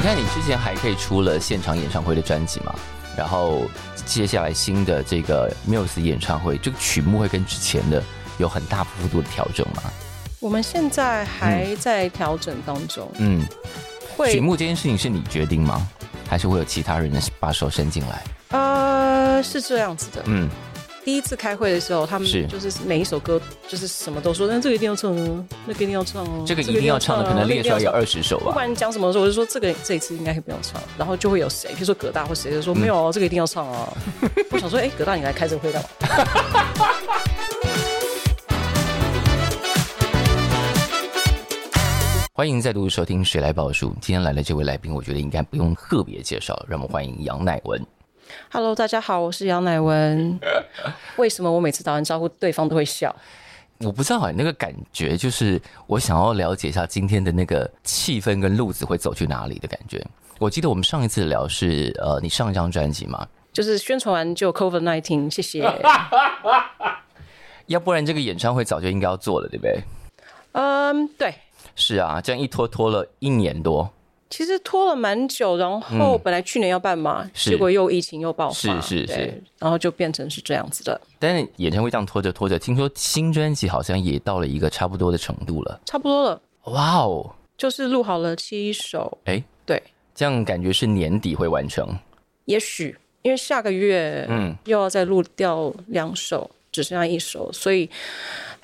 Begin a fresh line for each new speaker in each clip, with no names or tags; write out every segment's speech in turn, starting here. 看，你之前还可以出了现场演唱会的专辑嘛？然后接下来新的这个 Muse 演唱会，这个曲目会跟之前的有很大幅度的调整吗？
我们现在还在调整当中，
嗯，
会
曲目这件事情是你决定吗？还是会有其他人把手伸进来？
呃是这样子的。
嗯，
第一次开会的时候，他
是
们就是每一首歌就是什么都说，那这个一定要唱哦，那个一定要唱哦，
这个一定要唱的，可能列出来有
有
二十首
不
吧。
管你讲什么的时候，我就说这个这一次应该不用唱，然后就会有谁，比如说葛大或谁就
嗯
说、没有哦，这个一定要唱啊。我想说，哎、葛大你来开这个会干嘛？
欢迎再度收听《谁来报数》，今天来的这位来宾，我觉得应该不用特别介绍，让我们欢迎杨乃文。
Hello，大家好，我是杨 乃文。为什么我每次打完招呼，对方都会笑？
我不知道哎、那个感觉就是我想要了解一下今天的那个气氛跟路子会走去哪里的感觉。我记得我们上一次聊是呃，你上一张专辑嘛，
就是宣传完就 COVID 1 9 谢谢。
要不然这个演唱会早就应该要做了，对不对？
嗯，对，
是啊，这样一拖拖了一年多，
其实拖了蛮久，然后本来去年要办嘛，
嗯是
结果又疫情又爆发，
是是
对
是，
然后就变成是这样子的，
但是演唱会这样拖着拖着，听说新专辑好像也到了一个差不多的程度了。
差不多了，
哇哦，
就是录好了七首，
哎，
对，
这样感觉是年底会完成。
也许因为下个月
嗯
又要再录掉两首，只剩下一首，所以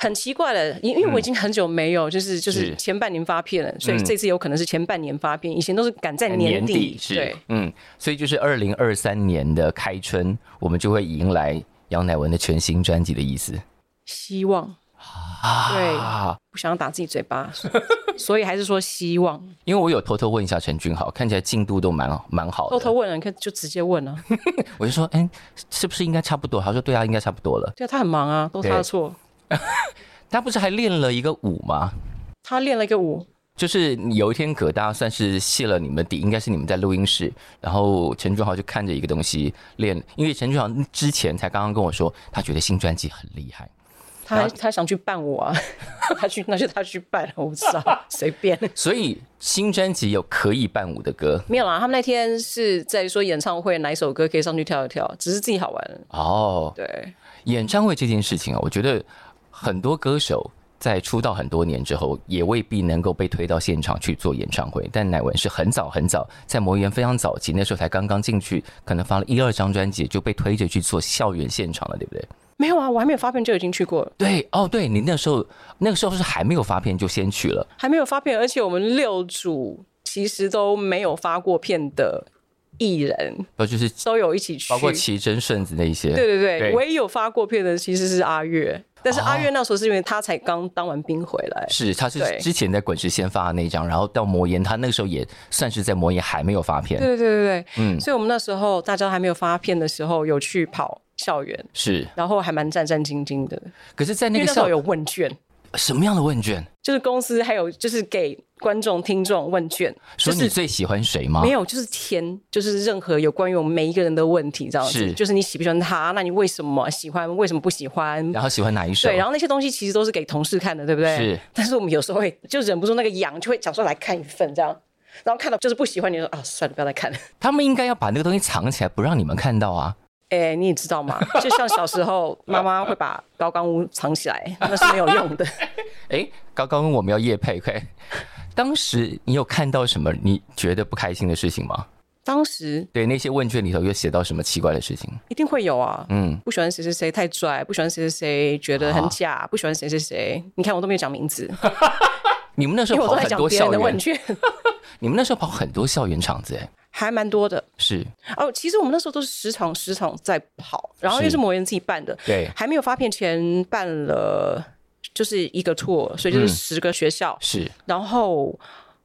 很奇怪的，因因为我已经很久没有就是就是
嗯是嗯
前半年发片了，所以这次有可能是前半年发片，以前都是赶在年底，
哎是
对，
嗯，所以就是二零二三年的开春，我们就会迎来杨乃文的全新专辑的意思。
希望
啊，
不想打自己嘴巴，所以还是说希望。
因为我有偷偷问一下陈俊豪，看起来进度都蛮好蛮好的。
偷偷问了，你可以就直接问啊。
我就说，哎、是不是应该差不多？他说，对啊，应该差不多了。
对啊，他很忙啊，都是他的错。
他不是还练了一个舞吗？
他练了一个舞，
就是有一天，葛大算是泄了你们底，应该是你们在录音室，然后陈俊豪就看着一个东西练，因为陈俊豪之前才刚刚跟我说，他觉得新专辑很厉害，
他还他想去办舞啊， 他去那就他去办，我不知道，随便。
所以新专辑有可以伴舞的歌
没有啦，他们那天是在说演唱会哪一首歌可以上去跳一跳，只是自己好玩。
哦。
对，
演唱会这件事情啊，我觉得很多歌手在出道很多年之后，也未必能够被推到现场去做演唱会。但乃文是很早很早，在魔岩非常早期，那时候才刚刚进去，可能发了一二张专辑就被推着去做校园现场了，对不对？
没有啊，我还没有发片就已经去过了，
对，哦，对你那时候那个时候是还没有发片就先去了，
还没有发片，而且我们六组其实都没有发过片的艺人
然后就是
都有一起去，
包括奇珍顺子那一些，
对对对，
对
唯一有发过片的其实是阿月，但是阿月那时候是因为他才刚当完兵回来，
是，他是
对
之前在滚石先发的那一张，然后到魔岩，他那个时候也算是在魔岩还没有发片，
对对对对对，嗯，所以我们那时候大家还没有发片的时候，有去跑校园，
是。
然后还蛮战战兢兢的，
可是，在
因
那
为
个
那时候
校
有问卷，
什么样的问卷？
就是公司还有就是给观众听众问卷，
说
就
你
是。
最喜欢谁吗？
没有，就是填，就是任何有关于我们每一个人的问题，这样子，
是
就是你喜不喜欢他，那你为什么喜欢，为什么不喜欢，
然后喜欢哪一首？
对，然后那些东西其实都是给同事看的，对不对？
是。
但是我们有时候会就忍不住那个痒，就会想说来看一份这样，然后看到就是不喜欢，你就说啊，算了，不要再看了。
他们应该要把那个东西藏起来，不让你们看到啊。
哎，你也知道嘛，就像小 时候妈妈会把高钢屋藏起来，那是没有用 的。
哎，刚刚我们要夜配，快！ 当时你有看到什么你觉得不开心的事情吗？
当时
对，那些问卷里头有写到什么奇怪的事情？
一定会有啊，
嗯，啊
不喜欢谁谁谁太拽，不喜欢谁谁谁觉得很假，不喜欢谁谁谁，你看我都没有讲名 字，
你们那时
因为
候
我
跑
都
很
在讲
多
别人
校
的问
园，
卷，
你们那时候跑很多校园场子，哎，
还蛮多的。
是
哦，其实我们那时候都是十场十场在跑，然后又
是
是魔岩自己办的，
对
还没有发片前办了就是一个 tour，所
嗯
以就是十个学校，
是，
然后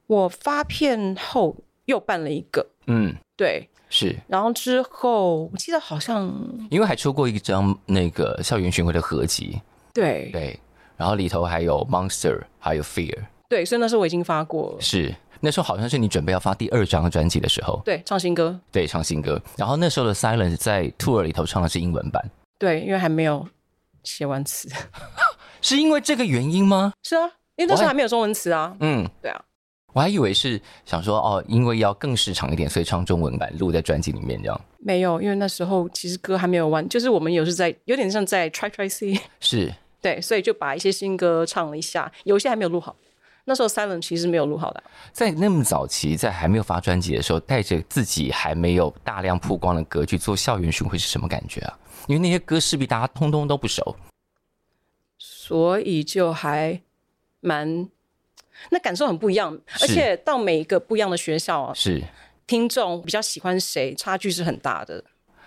我发片后又办了一个，
嗯，
对，
是
然后之后我记得好像
因为还出过一张那个校园巡回的合集，
对对
对，然后里头还有 Monster，还有 Fear，
所以那时候我已经发过了，
是那时候好像是你准备要发第二张专辑的时候。
对，唱新歌，
对，唱新歌。然后那时候的 Silence 在 tour 里头唱的是英文版，
对，因为还没有写完词，
是因为这个原因吗？
是啊，因为那时候
哇
还没有中文词啊，
嗯，
对啊，
我还以为是想说哦，因为要更市场一点，所以唱中文版录在专辑里面这样。
没有，因为那时候其实歌还没有完，就是我们有时在有点像在 try try see，
是
对，所以就把一些新歌唱了一下，有一些还没有录好。那时候 Silent 其实没有录好的，
在那么早期，在还没有发专辑的时候，带着自己还没有大量曝光的歌去做校园巡回是什么感觉啊？因为那些歌势必大家通通都不熟。
所以就还蛮那感受很不一样，
是
而且到每一个不一样的学校啊，
是，
听众比较喜欢谁，差距是很大的。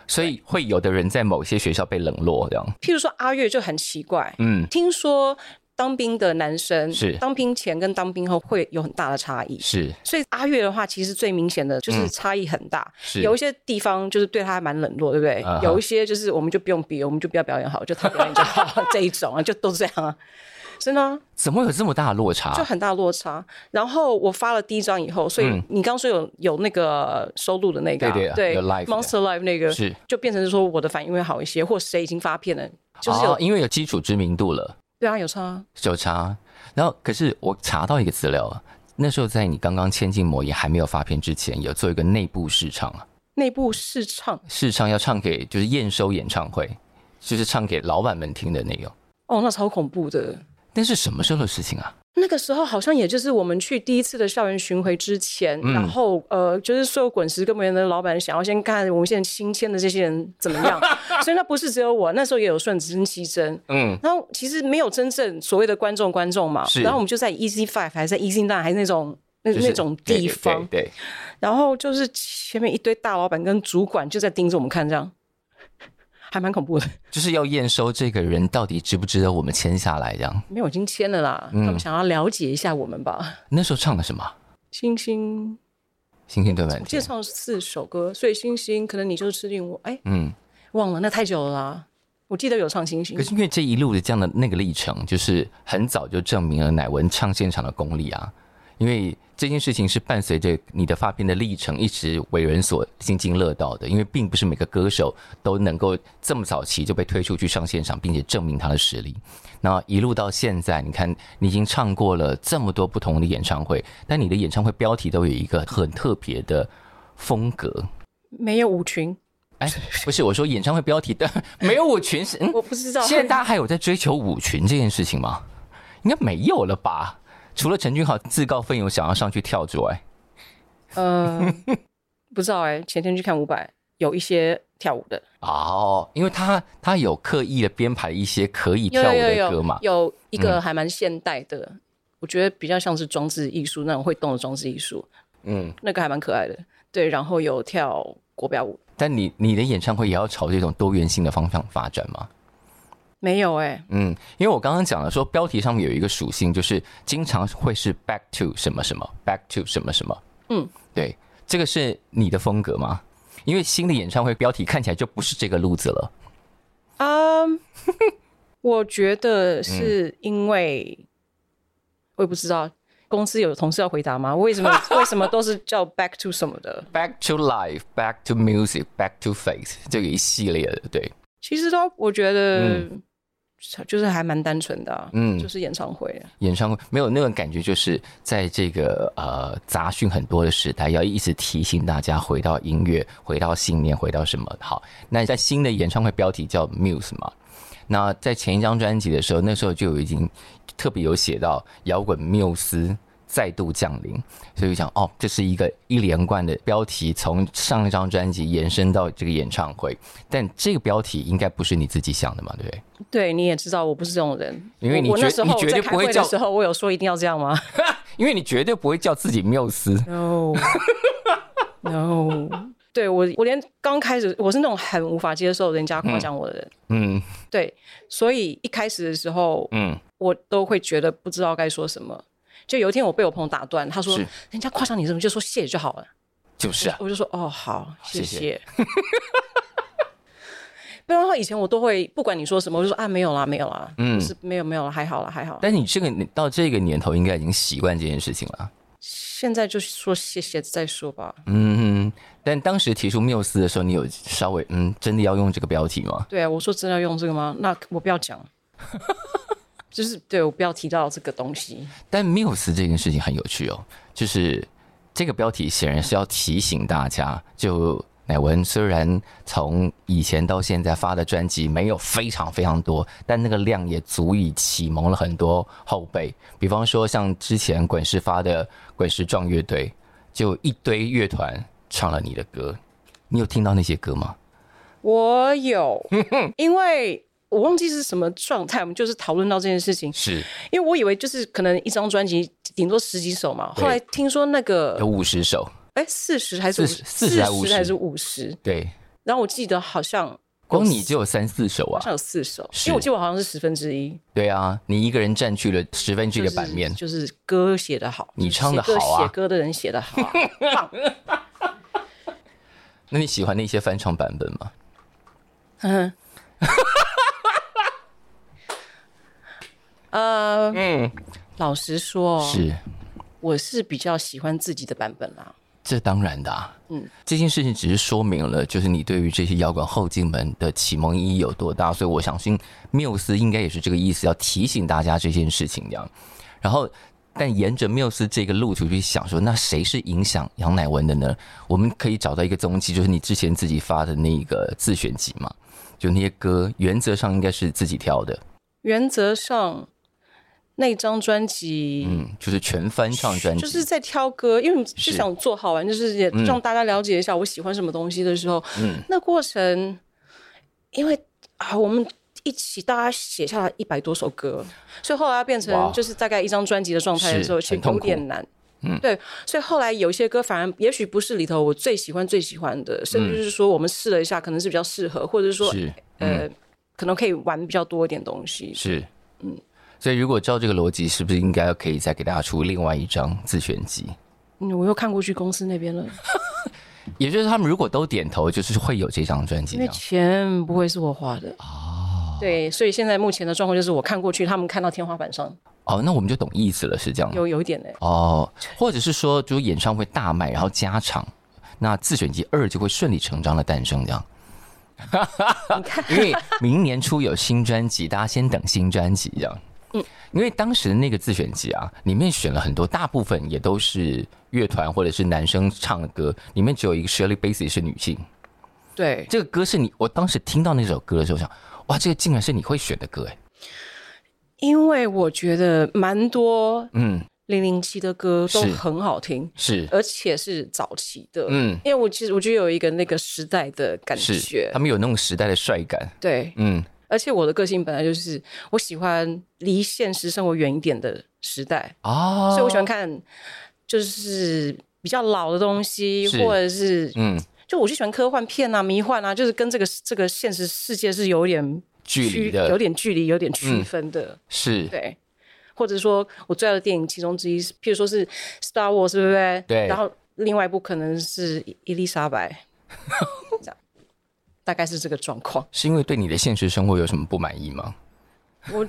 所以会有的人在某些学校被冷落这样。
譬如说阿月就很奇怪，
嗯，
听说当兵的男生
是
当兵前跟当兵后会有很大的差异，
是
所以阿月的话，其实最明显的就是差异很大。
嗯是
有一些地方就是对他还蛮冷落，对不对
啊哈
有一些就是我们就不用比，我们就不要表演好，就他表演就好这一种啊， 就都这样啊，真的啊、
怎么会有这么大的落
就
差？
很大落差。然后我发了第一张以后，所以你刚说有有那个收录的那个啊、
嗯对对有 live 的
Monster Live 那个
是
就变成是说我的反应会好一些，或谁已经发片了，就是有、
哦因为有基础知名度了。
对啊有差啊，
有差。然后，可是我查到一个资料，啊那时候在你刚刚签进魔也还没有发片之前，有做一个内部试唱啊，
内部试唱
试唱要唱给就是验收演唱会，就是唱给老板们听的内容。
哦，那超恐怖的。
那是什么时候的事情啊？
那个时候好像也就是我们去第一次的校园巡回之前，
嗯
然后呃，就是所有滚石跟别人的老板想要先看我们现在新签的这些人怎么 样，所以那不是只有我，那时候也有顺子跟西珍，
嗯，
然后其实没有真正所谓的观众观众嘛，
是
然后我们就在 Easy Five 还是在 Easy Nine 还是那种那、
就是
那种地方，
对对对
然后就是前面一堆大老板跟主管就在盯着我们看，这样还蛮恐怖的。
就是要验收这个人到底值不值得我们签下来这样。
没有，已经签了啦，
嗯
他们想要了解一下我们吧。
那时候唱的什么？
星星，
星星对
我
满
记得
天。
唱了四首歌，所以星星可能你就是吃定我，哎，
嗯，
忘了，那太久了啦。我记得有唱星星
可，是因为这一路的这样的那个历程，就是很早就证明了乃文唱现场的功力啊。因为这件事情是伴随着你的发片的历程，一直为人所津津乐道的。因为并不是每个歌手都能够这么早期就被推出去上现场，并且证明他的实力。那一路到现在，你看你已经唱过了这么多不同的演唱会，但你的演唱会标题都有一个很特别的风格。
没有舞群，
哎，不是我说演唱会标题的 没有舞群是嗯，
我不知 道。
现在大家还有在追求舞群这件事情吗？应该没有了吧？除了陈俊豪自告奋勇想要上去跳之外，
呃，不知道哎、前天去看伍佰，有一些跳舞的，
哦，因为他他有刻意的编排一些可以
有
跳舞
有
的歌
有
嘛，嗯
有一个还蛮现代的，我觉得比较像是装置艺术那种会动的装置艺术，
嗯，
那个还蛮可爱的。对，然后有跳国标舞，
但你你的演唱会也要朝这种多元性的方向发展吗？
没有哎、
嗯，因为我刚刚讲了说标题上面有一个属性，就是经常会是 back to 什么什么，back to 什么什么。
嗯，
对，这个是你的风格吗？因为新的演唱会标题看起来就不是这个路子了。
啊、我觉
嗯
得是因为、我也不知道。公司有同事要回答吗？为什 么为什么都是叫 back to 什么的？
Back to life, back to music, back to faith，这个一系列的，对，
其实都我觉得就是还蛮单纯的、啊，
嗯
就是演唱会、啊
演唱会没有那种感觉，就是在这个呃杂讯很多的时代，要一直提醒大家回到音乐，回到信念，回到什么好。那在新的演唱会标题叫 Muse 嘛，那在前一张专辑的时候，那时候就已经特别有写到摇滚缪斯再度降临，所以想哦，这是一个一连贯的标题，从上一张专辑延伸到这个演唱会，但这个标题应该不是你自己想的嘛，对不对？
对，你也知道我不是这种人，
因为你
我我
绝
那时候
你绝对
在
不
开
会
会
叫
的时候，我有说一定要这样吗
因为你绝对不会叫自己缪斯，
？No No，对 我我连刚开始我是那种很无法接受人家夸奖我的人，
嗯
对，所以一开始的时候
嗯，
我都会觉得不知道该说什么。就有一天我被我朋友打断，他说
是：“
人家夸奖你什么，就说谢谢就好了。”
就是啊，
我就说哦，好，谢
谢
谢。 不然的话，以前我都会不管你说什么，我就说啊，没有啦，没有啦，
嗯
嗯，是没有没有啦，还好啦，还好啦。
但你这个到这个年头，应该已经习惯这件事情了。啊
现在就说谢谢再说吧。
嗯，但当时提出缪斯的时候，你有稍微嗯，真的要用这个标题吗？
对啊，我说真的要用这个吗？那我不要讲。就是对我不要提到这个东西。
但 Muse 这件事情很有趣哦，就是这个标题显然是要提醒大家，就乃文虽然从以前到现在发的专辑没有非常非常多，但那个量也足以启蒙了很多后辈。比方说像之前滚石发的《滚石壮乐队》，就一堆乐团唱了你的歌，你有听到那些歌吗？
我有，因为我忘记是什么状态，我们就是讨论到这件事情，
是
因为我以为就是可能一张专辑顶多十几首嘛，
对
后来听说那个
有五十首，
哎四十还是
40 40
40
还50
还是五十，
对，
然后我记得好像
光你就有三四首
好
啊
像，有四首，
是
因为我记得我好像是十分之一，
对啊，你一个人占据了十分之一的版面，
就是就是歌写的好，
你唱得好啊
就是写歌写歌的人写的好啊、 棒。
那你喜欢那些翻唱版本吗？
嗯，呃，
嗯，
老实说，
是，
我是比较喜欢自己的版本啦。
这当然的、啊。嗯
嗯，
这件事情只是说明了，就是你对于这些摇滚后进门的启蒙意义有多大，所以我相信缪斯应该也是这个意思，要提醒大家这件事情这样。然后，但沿着缪斯这个路途去想说，那谁是影响杨乃文的呢？我们可以找到一个踪迹，就是你之前自己发的那个自选集嘛，就那些歌，原则上应该是自己挑的，
原则上，那张专辑，
嗯，就是全翻唱专辑，
就是在挑歌，因为
是
就想做好玩，就是也让大家了解一下我喜欢什么东西的时候，
嗯
那过程，因为啊，我们一起大家写下来一百多首歌，所以后来变
哇
成就是大概一张专辑的状态的时候，
是
其实
很痛
有
苦
点难。
嗯
对，所以后来有一些歌反而也许不是里头我最喜欢最喜欢的，甚至是说我们试了一下，可能是比较适合，或者是
嗯
说
是嗯
呃，可能可以玩比较多一点东西。
是，嗯，所以如果照这个逻辑，是不是应该可以再给大家出另外一张自选集？
嗯，我又看过去公司那边了，
也就是他们如果都点头，就是会有这张专辑这
因为
样。
钱不会是我花的哦。对，所以现在目前的状况就是我看过去，他们看到天花板上
哦，那我们就懂意思了，是这样吗。
有有一点呢、
哦，或者是说，就是演唱会大卖，然后加场，那自选集二就会顺理成章的诞生这样。
你看，
因为明年初有新专辑，大家先等新专辑这样。
嗯
因为当时那个自选集啊，里面选了很多，大部分也都是乐团或者是男生唱的歌，里面只有一个 Shirley Bassey 是女性。
对，
这个歌是你，我当时听到那首歌的时候想，哇，这个竟然是你会选的歌哎，
因为我觉得蛮多
嗯，
零零七的歌都
是
很好听，
是，
而且是早期的。
嗯，
因为我其实我觉得有一个那个时代的感
是
觉，
他们有那种时代的帅感，
对，
嗯，
而且我的个性本来就是我喜欢离现实生活远一点的时代，
哦，
所以我喜欢看就是比较老的东西，
是
或者是
嗯，
就我就喜欢科幻片啊、迷幻啊，就是跟这个这个现实世界是有点
距离
有
的，嗯
点距离、有点区分的，
是，
对。或者说我最爱的电影其中之一，譬如说是《Star Wars》，对不对？
对
然后另外一部可能是《伊丽莎白》， 这样大概是这个状况。
是因为对你的现实生活有什么不满意吗？
我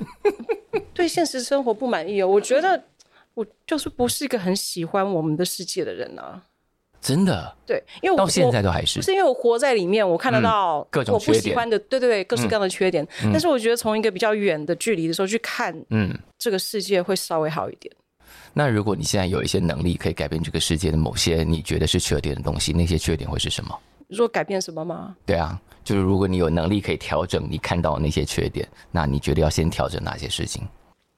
对现实生活不满意哦，我觉得我就是不是一个很喜欢我们的世界的人啊。
真的，
对，因为我
到现在
我
都还
不
是，嗯
是因为我活在里面，我看得到
各种
我不
缺
喜
点嗯
欢的，对对对，各式各样的缺点。但是我觉得从一个比较远的距离的时候去看
嗯，
这个世界，会稍微好一点。
那如果你现在有一些能力可以改变这个世界的某些你觉得是缺点的东西，那些缺点会是什么？
如果改变什么吗？
对啊，就是如果你有能力可以调整你看到的那些缺点，那你觉得要先调整哪些事情？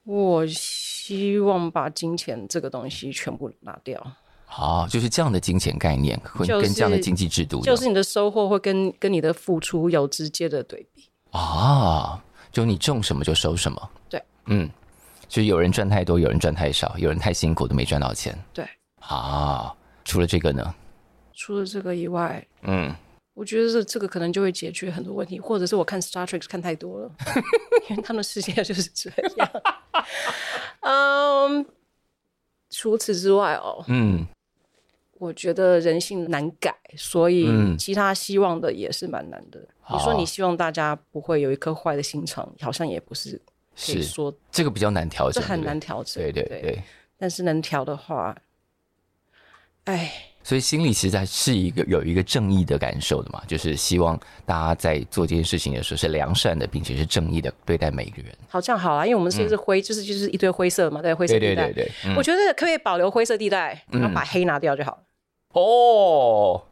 我希望把金钱这个东西全部拿掉，
哦，就是这样的金钱概念，会
就是
跟这样的经济制度
就是你的收获会跟跟你的付出有直接的对比。
啊、哦，就你种什么就收什么。
对，
嗯，就有人赚太多，有人赚太少，有人太辛苦都没赚到钱
对，
啊、除了这个呢？
除了这个以外，
嗯，
我觉得这这个可能就会解决很多问题，或者是我看 Star Trek 看太多了， 因为他们的世界就是这样。嗯，除此之外哦，
嗯，
我觉得人性难改，所以
嗯
其他希望的也是蛮难的。
好
你说你希望大家不会有一颗坏的心肠，好像也不是可
是
以说，
这个比较难调
这
整，
很
对不
难调整。
对对对对，
但是能调的话，哎，
所以心里其实还是一个有一个正义的感受的嘛，就是希望大家在做这件事情的时候是良善的，并且是正义的对待每一个人。
好像好啦，啊因为我们是不是灰，就是就是一堆灰色嘛，对，灰
嗯
色
对
地
对
带。
对对，嗯
我觉得可以保留灰色地带，然后
嗯
把黑拿掉就好了。
哦，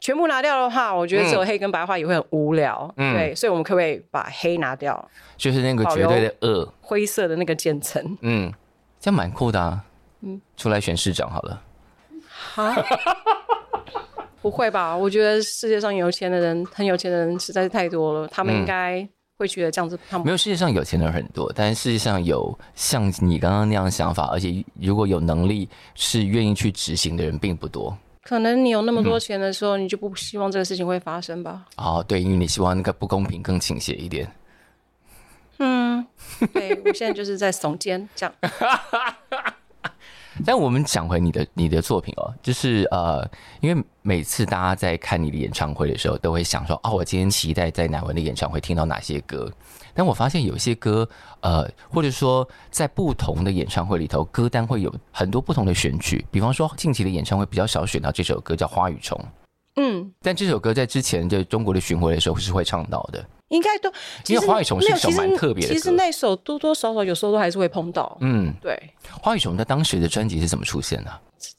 全部拿掉的话，我觉得只有黑跟白的话也会很无聊。
嗯
对，所以我们可不可以把黑拿掉，
就是那个绝对的恶，
灰色的那个渐 层？
嗯，这样蛮酷的啊。嗯，出来选市长好了。
哈，不会吧？我觉得世界上有钱的人，很有钱的人实在是太多了，他们应该会觉得这样子，他
没
们
有，世界上有钱人很多，但是世界上有像你刚刚那样想法，而且如果有能力是愿意去执行的人并不多。
可能你有那么多钱的时候，你就不希望这个事情会发生 吧？
哦，对，因为你希望那个不公平更倾斜一点。
嗯，对，我现在就是在耸肩这样。
但我们讲回你的你的作品哦，就是呃，因为每次大家在看你的演唱会的时候，都会想说，哦，我今天期待在乃文的演唱会听到哪些歌。但我发现有一些歌，呃，或者说在不同的演唱会里头，歌单会有很多不同的选曲。比方说，近期的演唱会比较少选到这首歌叫《花与虫》，
嗯，
但这首歌在之前的中国的巡回的时候是会唱到的。
应该都，其
因
实
为华语琼是一
没有
首
其实
蛮特别的
其实
歌
那首多多少少有时候都还是会碰到。
嗯，
对，
花与虫在当时的专辑是怎么出现的？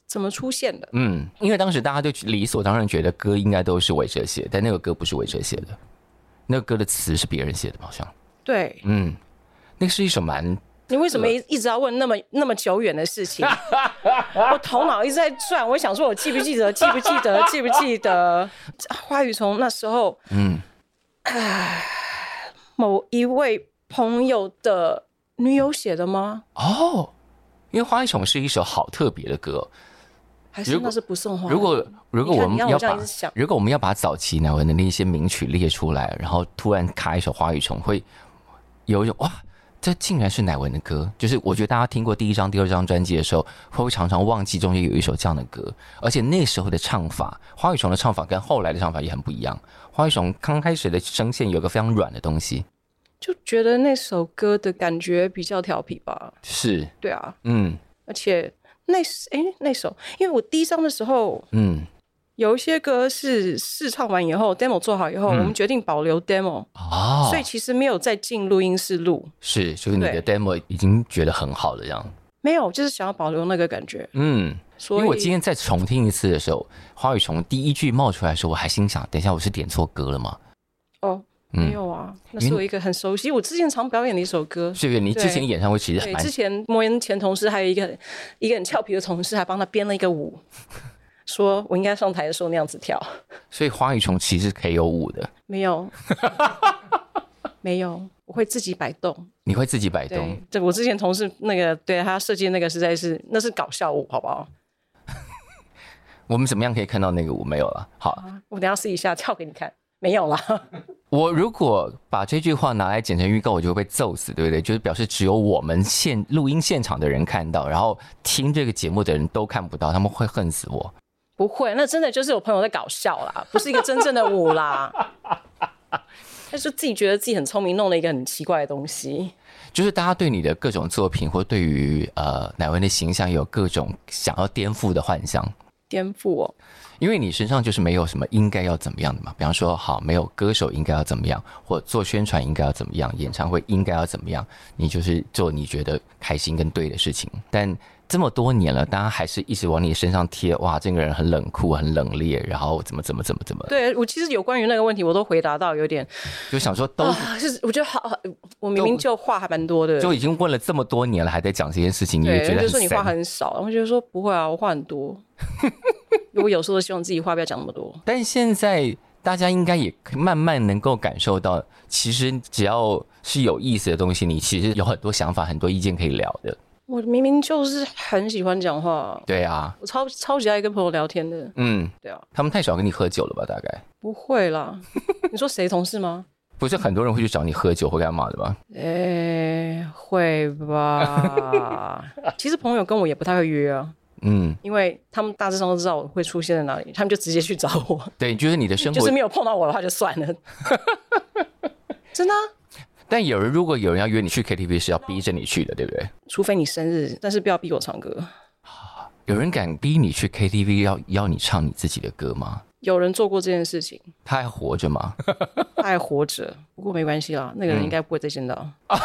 怎么出现的？
嗯，因为当时大家就理所当然觉得歌应该都是韦哲写，但那个歌不是韦哲写的，那个歌的词是别人写的，好像。
对，
嗯，那是一首蛮……
你为什么一一直要问那么那么久远的事 情？我头脑一直在转，我想说，我记不记得？记不记 得？记不记得？花语从那时候，
嗯
某一位朋友的女友写的吗？
哦，因为《花一虫》是一首好特别的歌。
还是
如果
那是不送花？
如果如果我们
你看
要把
你让我这样一直想
如果我们要把早期乃文的那些名曲列出来，然后突然卡一首《花与虫》，会有一种哇，这竟然是乃文的歌。就是我觉得大家听过第一张、第二张专辑的时候，会常常忘记中间有一首这样的歌，而且那时候的唱法，《花与虫》的唱法跟后来的唱法也很不一样。《花与虫》刚开始的声线有个非常软的东西，
就觉得那首歌的感觉比较调皮吧？
是，
对啊，
嗯
而且那哎、那首，因为我第一张的时候
嗯，
有一些歌是试唱完以后，demo 做好以后，我们决定保留 demo，、
嗯哦，
所以其实没有再进录音室录。
是，就是你的 demo 已经觉得很好了，这样，
没有，就是想要保留那个感觉。
嗯。
所以
因为我今天再重听一次的时候，花语虫第一句冒出来的时候，我还心想：等一下，我是点错歌了吗？
哦，
嗯
没有啊，那是我一个很熟悉，我之前常表演的一首歌。
是不是你之前
对
演唱会其实
对，
蛮
之前莫言前同事还有一个很一个很俏皮的同事，还帮他编了一 个舞，说我应该上台的时候那样子跳。
所以花语虫其实可以有舞的，
没 有，没有，我会自己摆动。
你会自己摆动
对，，对我之前同事那个，对他设计的那个实在是那是搞笑舞，好不好？
我们怎么样可以看到那个舞没有了？好，
啊我等一下试一下跳给你看。没有啦，
我如果把这句话拿来剪成预告，我就会被揍死，对不对？就是表示只有我们现录音现场的人看到，然后听这个节目的人都看不到，他们会恨死我。
不会，那真的就是有朋友在搞笑啦，不是一个真正的舞啦。他就自己觉得自己很聪明，弄了一个很奇怪的东西。
就是大家对你的各种作品或对于呃乃文的形象有各种想要颠覆的幻想。
颠覆我，
因为你身上就是没有什么应该要怎么样的嘛，比方说好没有歌手应该要怎么样，或做宣传应该要怎么样，演唱会应该要怎么样，你就是做你觉得开心跟对的事情。但这么多年了，大家还是一直往你身上贴，哇，这个人很冷酷、很冷冽，然后怎么怎么怎么怎么，
对我其实有关于那个问题，我都回答到有点
就想说 都
啊，就是我觉得好，我明明就话还蛮多的，
就已经问了这么多年了，还在讲这件事情，你也
对，
觉
人
得
家就说
很
你话
sad。
很少，然后就说不会啊，我话很多。 我有时候都希望自己话不要讲那么多，
但现在大家应该也慢慢能够感受到，其实只要是有意思的东西，你其实有很多想法、很多意见可以聊的。
我明明就是很喜欢讲话，
对啊，
我超超级爱跟朋友聊天的，
嗯，
对啊，
他们太少跟你喝酒了吧？大概
不会啦。你说谁同事吗？
不是很多人会去找你喝酒或干嘛的吧？
诶、会 吧。其实朋友跟我也不太会约啊，
嗯，
因为他们大致上都知道我会出现在哪里，他们就直接去找我。
对，就是你的生活。
就是没有碰到我的话就算了。 真的啊、
但有人如果有人要约你去 KTV，是要逼着你去的，对不对？
除非你生日，但是不要逼我唱歌。
有人敢逼你去 KTV 要要你唱你自己的歌吗？
有人做过这件事情，
他还活着吗？
他还活着，不过没关系啦，那
嗯
个人应该不会再见 到。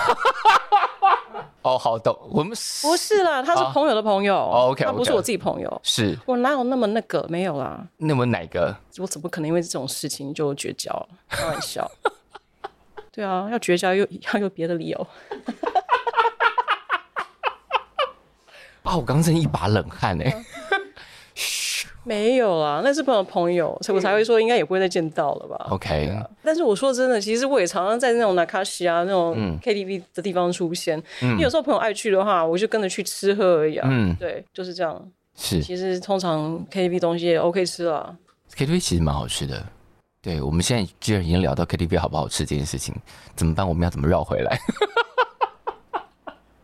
哦，好懂，我们
不是啦，他是
啊
朋友的朋友、
哦，OK，
他不是
OK
我自己朋友。
是
我哪有那么那个？没有啦，
那么哪个？
我怎么可能因为这种事情就绝交？开玩 笑。对啊，要绝交又 要有别的理由。
啊，我刚真一把冷汗
嗯
哎、
没有啦，那是朋友的朋友，所以我才会说应该也不会再见到了吧。
嗯 OK，
但是我说真的，其实我也常常在那种 Nakashi 啊那
嗯
种 KTV 的地方出现。因为有时候朋友爱去的话，我就跟着去吃喝而已啊。
嗯
对，就是这样。
是
其实通常 KTV 东西也 OK 吃啦。
KTV 其实蛮好吃的。对，我们现在居然已经聊到 KTV 好不好吃这件事情，怎么办？我们要怎么绕回来？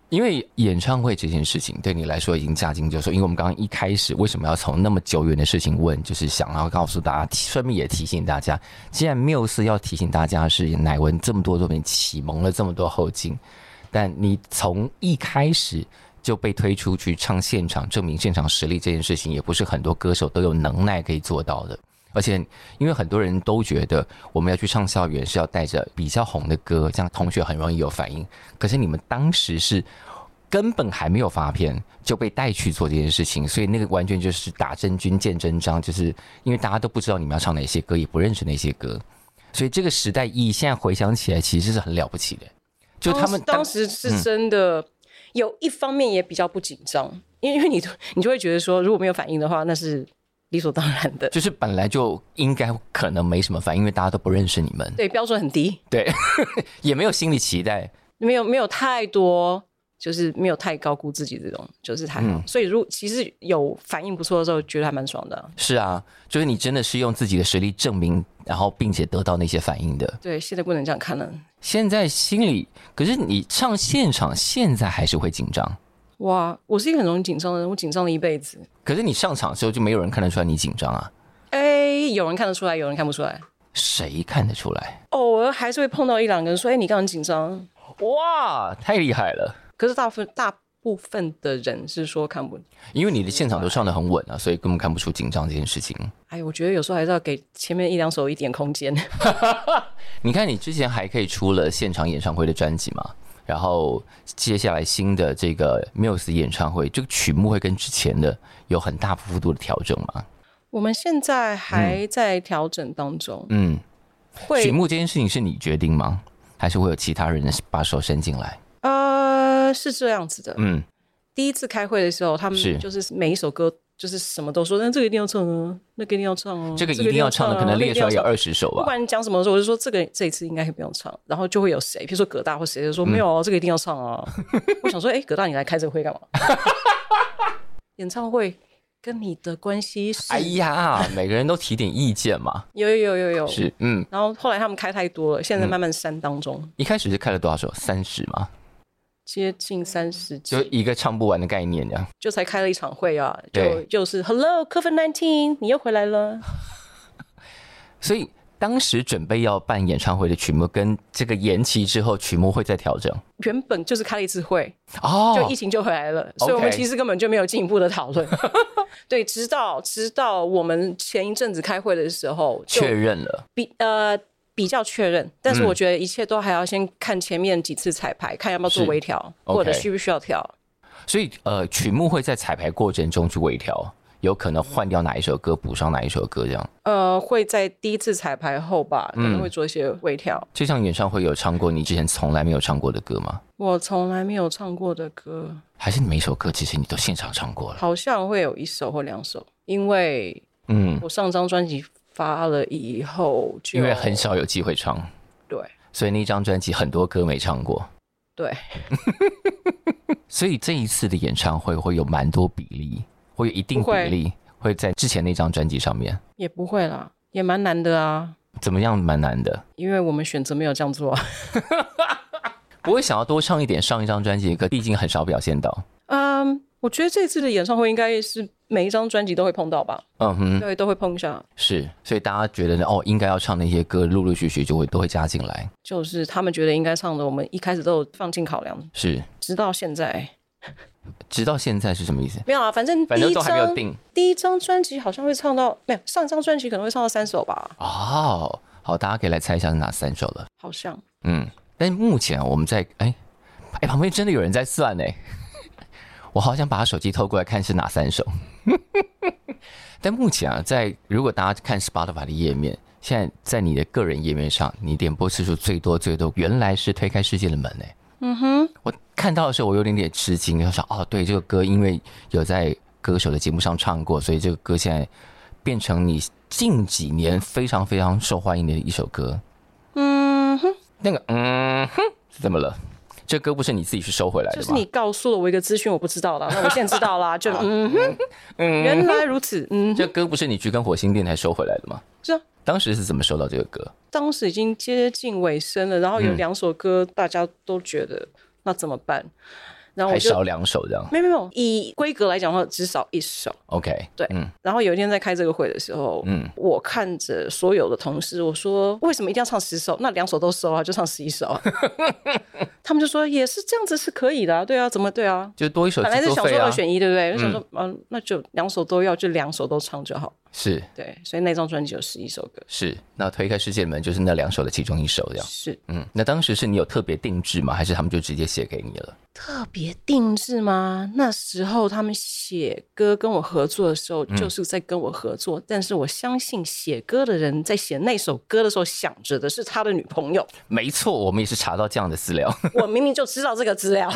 因为演唱会这件事情对你来说已经驾轻就熟，因为我们刚刚一开始为什么要从那么久远的事情问，就是想要告诉大家，提顺便也提醒大家，既然缪斯要提醒大家是乃文这么多作品启蒙了这么多后进，但你从一开始就被推出去唱现场，证明现场实力这件事情，也不是很多歌手都有能耐可以做到的。而且，因为很多人都觉得我们要去唱校园是要带着比较红的歌，这样同学很容易有反应。可是你们当时是根本还没有发片就被带去做这件事情，所以那个完全就是打真军见真章，就是因为大家都不知道你们要唱哪些歌，也不认识那些歌，所以这个时代意义现在回想起来其实是很了不起的。就他们
当
当嗯
时当时是真的、有一方面也比较不紧张，因为因为你你就会觉得说，如果没有反应的话，那是理所当然的。
就是本来就应该可能没什么反应，因为大家都不认识你们，
对，标准很低，
对，也没有心理期待。
没有没有太多，就是没有太高估自己这种，就是还
嗯
好。所以如其实有反应不错的时候，觉得还蛮爽的啊、
是啊，就是你真的是用自己的实力证明，然后并且得到那些反应的。
对，现在不能这样看了。
现在心里，可是你唱现场，现在还是会紧张。啊
哇，我是一个很容易紧张的人，我紧张了一辈子。
可是你上场的时候就没有人看得出来你紧张啊，
哎、有人看得出来，有人看不出来。
谁看得出来？
偶尔还是会碰到一两个人说：“哎、你刚刚紧张。
哇，太厉害了！”
可是大部分大部分的人是说看不。
因为你的现场都唱得很稳啊，所以根本看不出紧张这件事情。
哎，我觉得有时候还是要给前面一两首一点空间。
你看，你之前还可以出了现场演唱会的专辑嘛？然后接下来新的这个 Muse 演唱会，这个曲目会跟之前的有很大幅度的调整嘛？
我们现在还在调整当中，
嗯，曲
会
目这件事情是你决定吗？还是会有其他人把手伸进来？
呃是这样子的。
嗯，
第一次开会的时候，他
是
们就是每一首歌就是什么都说，那这个一定要唱啊，那个一定要唱哦、
这个一
一
定要唱的，
啊
可能
那个
列
一
出
定要
来有
唱
二十首
不
吧。
管你讲什么的时候，我就说这个这一次应该不用唱，然后就会有谁，比如说葛大或谁就说没有哦，这个一定要唱 啊。我想说，哎、葛大你来开这个会干嘛？ 演唱会跟你的关系是、
哎呀，每个人都提点意见嘛。
有有有有有。
是，嗯，
然后后来他们开太多了，现在慢慢删当中，
一开始是开了多少首？三十嘛，
接近三十
就
集，
一个唱不完的概念这样。
就才开了一场会啊，就
对
就是 Hello COVID nineteen，你又回来了。
所以当时准备要办演唱会的曲目，跟这个延期之后曲目会再调整
原本就是开了一次会，
哦。
就疫情就回来了，所以我们
OK
其实根本就没有进一步的 讨论。对，直到直到我们前一阵子开会的时候，就
确嗯认了，
比呃比较确认，但是我觉得一切都还要先看前面几次彩排，看要不要做
是
微调，
OK
或者需不需要调。
所以呃，曲目会在彩排过程中去微调，有可能换掉哪一首歌，补上哪一首歌，这样。
呃，会在第一次彩排后吧，可
嗯
能会做一些微调。
这场演唱会有唱过你之前从来没有唱过的歌吗？
我从来没有唱过的歌，
还是每首歌其实你都现场唱过了？
好像会有一首或两首，因为
嗯，
我上张专辑发了以后就，
因为很少有机会唱，
对
所以那张专辑很多歌没唱过。
对，
所以这一次的演唱会会有蛮多比例，会有一定
不
比
会
例会在之前那张专辑上面。
也不会啦，也蛮难的啊，
怎么样，蛮难的。
因为我们选择没有这样做啊。
不会想要多唱一点上一张专辑的歌，毕竟很少表现到。
嗯，我觉得这次的演唱会应该是每一张专辑都会碰到吧，
嗯哼，
对，都会碰一下。
是，所以大家觉得呢，哦，应该要唱那些歌，陆陆续续就会都会加进来。
就是他们觉得应该唱的，我们一开始都有放进考量，
是，
直到现在。
直到现在是什么意思？
没有啊，反正
反
第
正
一
都还没有
张
定
第一张专辑好像会唱到，没有上一张专辑可能会唱到三首吧，
哦，好，大家可以来猜一下是哪三首了。
好像
嗯，但目前我们在哎哎旁边真的有人在算哎，我好想把手机偷过来看是哪三首。 但目前啊，在如果大家看 Spotify 的页面，现在在你的个人页面上，你点播次数最多最多，原来是推开世界的门哎。嗯哼，我看到的时候我有点点吃惊，我想哦，对这个歌，因为有在歌手的节目上唱过，所以这个歌现在变成你近几年非常非常受欢迎的一首歌。那个嗯哼是怎么了？这歌不是你自己去收回来的
就
吗？
是你告诉了我一个资讯，我不知道的，那我现在知道 啦，就嗯哼，原来如此，嗯，
这歌不是你去跟火星电台收回来的吗？
是啊，
当时是怎么收到这个歌？
当时已经接近尾声了，然后有
嗯
两首歌大家都觉得那怎么办，然后
还
我就
少两首这样
没有没有，没有以规格来讲的话，只少一首。
？OK，
对
嗯
然后有一天在开这个会的时候，
嗯
我看着所有的同事，我说为什么一定要唱十首？那两首都收啊，就唱十 一首啊。他们就说也是这样子是可以的、啊，对啊，怎么对啊？
就多一首
本来
制
是
作
想
费
说
啊
二，选一，对不对？就想说，嗯、那就两首都要，就两首都唱就好。
是
对，所以那张专辑有十一首歌。
是。那推开世界门就是那两首的其中一首这样。
是
嗯，那当时是你有特别定制吗？还是他们就直接写给你了？
特别定制吗？那时候他们写歌跟我合作的时候，
嗯
就是在跟我合作。但是我相信写歌的人在写那首歌的时候，想着的是他的女朋 友。
没错，我们也是查到这样的资料。
我明明就知道这个资料，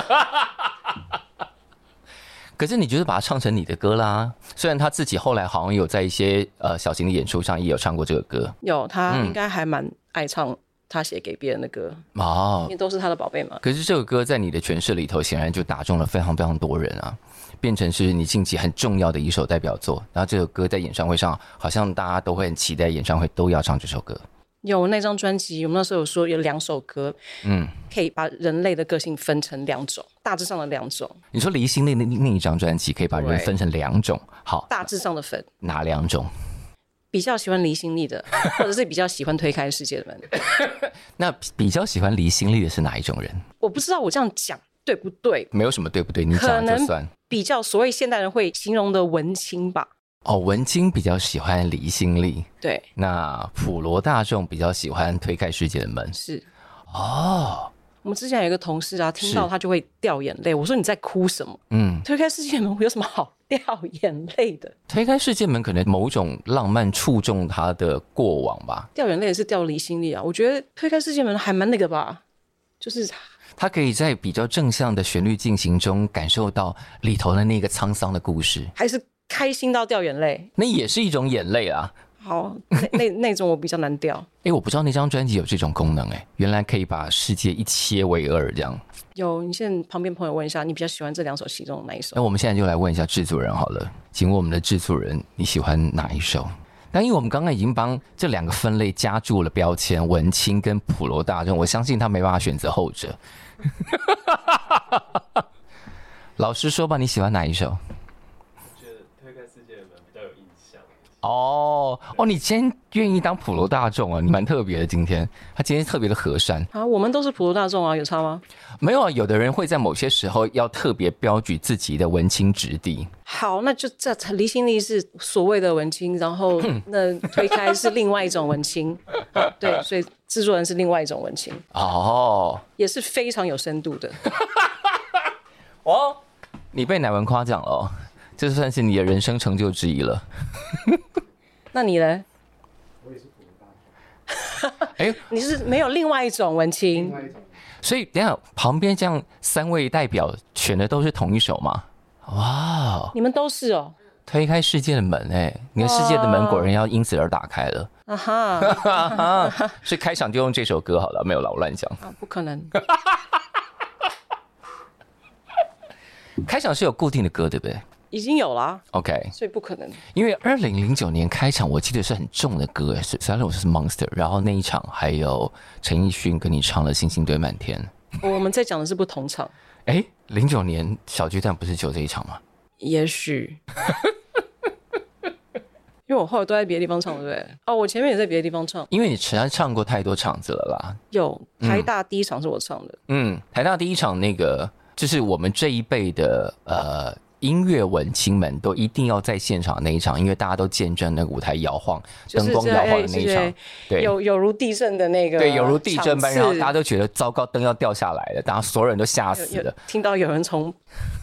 可是你就是把它唱成你的歌啦。虽然他自己后来好像有在一些呃小型的演出上也有唱过这个歌
有他
嗯
应该还蛮爱唱他写给别人的歌，
哦
因，为都是他的宝贝嘛。
可是这首歌在你的诠释里头，显然就打中了非常非常多人啊，变成是你近期很重要的一首代表作。然后这首歌在演唱会上，好像大家都会很期待演唱会都要唱这首歌。
有那张专辑，我们那时候有说有两首歌，
嗯，
可以把人类的个性分成两种，大致上的两种，
你说离心那那那一张专辑可以把人
对
分成两种，好，
大致上的分。
哪两种？
比较喜欢离心力的， 或者是比较喜欢推开世界的门。
那比较喜欢离心力的是哪一种人？
我不知道我这样讲对不对，
没有什么对不对，你讲了就算。
比较所谓现代人会形容的文青吧。
哦，文青比较喜欢离心力，
对，
那普罗大众比较喜欢推开世界的门。
是
哦，
我们之前有一个同事啊，听到
是
他就会掉眼泪。我说你在哭什么？
嗯，
推开世界门有什么好掉眼泪的？
推开世界门，可能某种浪漫触中他的过往吧。
掉眼泪也是掉离心力啊。我觉得推开世界门还蛮那个吧，就是
他可以在比较正向的旋律进行中，感受到里头的那个沧桑的故事，
还是开心到掉眼泪。
那也是一种眼泪啊。
好，那 那那种我比较难掉。
诶，我不知道那张专辑有这种功能诶，原来可以把世界一切为二这样。
有，你现在旁边朋友问一下，你比较喜欢这两首其中哪一首？
那我们现在就来问一下制作人好了，请问我们的制作人你喜欢哪一首？那因为我们刚刚已经帮这两个分类加注了标签，文青跟普罗大众，我相信他没办法选择后者。 老实说吧，你喜欢哪一首？哦哦，你今天愿意当普罗大众啊？你蛮特别的，今天他今天特别的和善。
啊，我们都是普罗大众啊，有差吗？
没有啊，有的人会在某些时候要特别标举自己的文青质地。
好，那就这离心力是所谓的文青，然 后那推开是另外一种文青，啊对，所以制作人是另外一种文青，
哦
也是非常有深度的。
哦，你被乃文夸奖了 哦，这算是你的人生成就之一了。
那你呢？
哎，
你是没有另外一种文青，
所以等一下旁边这样三位代表选的都是同一首吗？哇哦，
你们都是哦，
推开世界的门哎、你的世界的门果然要因此而打开了。
啊哈，
所以开场就用这首歌好了，没有啦，我乱讲。
啊不可 能，
开场是有固定的歌，对不对
已经有啦，
？OK，
所以不可能。
因为二零零九年开场，我记得是很重的歌，是虽然我是 Monster，然后那一场还有陈奕迅跟你唱了《星星堆满天》。
我们在讲的是不同场，
哎，零九年小巨蛋不是只有这一场吗？
也许。因为我后来都在别的地方唱，对不对？哦，我前面也在别的地方唱，
因为你实在唱过太多场子了啦。
有台大第一场是我唱的，
嗯，台大第一场那个就是我们这一辈的呃音乐文青们都一定要在现场那一场，因为大家都见证那个舞台摇晃、
就
灯
是
光
这
摇晃
哎
的那一
这
场，对，
有有如地震的那个，
对，有如地震般，然后大家
都
都觉得糟糕，灯要掉下来了，然后所有人都吓死了。
听到有人从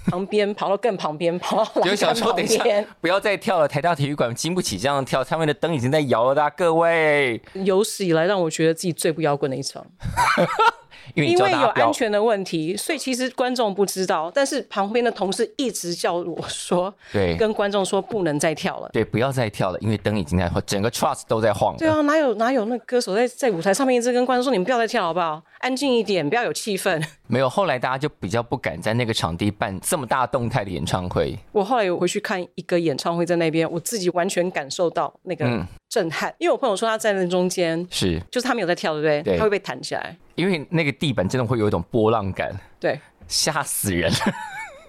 旁边跑到更旁边，跑到
就想说，等一下
栏杆，
不要再跳了。台大体育馆经不起这样跳，他们的灯已经在摇了的啊，各位。
旁边有史以来让我觉得自己最不摇滚的一场，
因为你
因
知道
为
大
有
家不要
安全的问题，所以其实观众不知道，但是旁边的同事一直叫我说，
对
跟观众说不能再跳了。
对，不要再跳了，因为灯已经在晃，整个 trust 都在晃
对
了。
啊，哪有哪有那歌手在在舞台上面一直跟观众说你们不要再跳好不好？安静一点，不要有气氛。
没有，后来大家就比较不敢在那个场地办这么大动态的演唱会。
我后来有回去看一个演唱会，在那边我自己完全感受到那
嗯
个震撼，因为我朋友说他站在中间，
是
就是他没有在跳，对不对？
对
他会被弹起来。
因为那个地板真的会有一种波浪感，
对，
吓死人。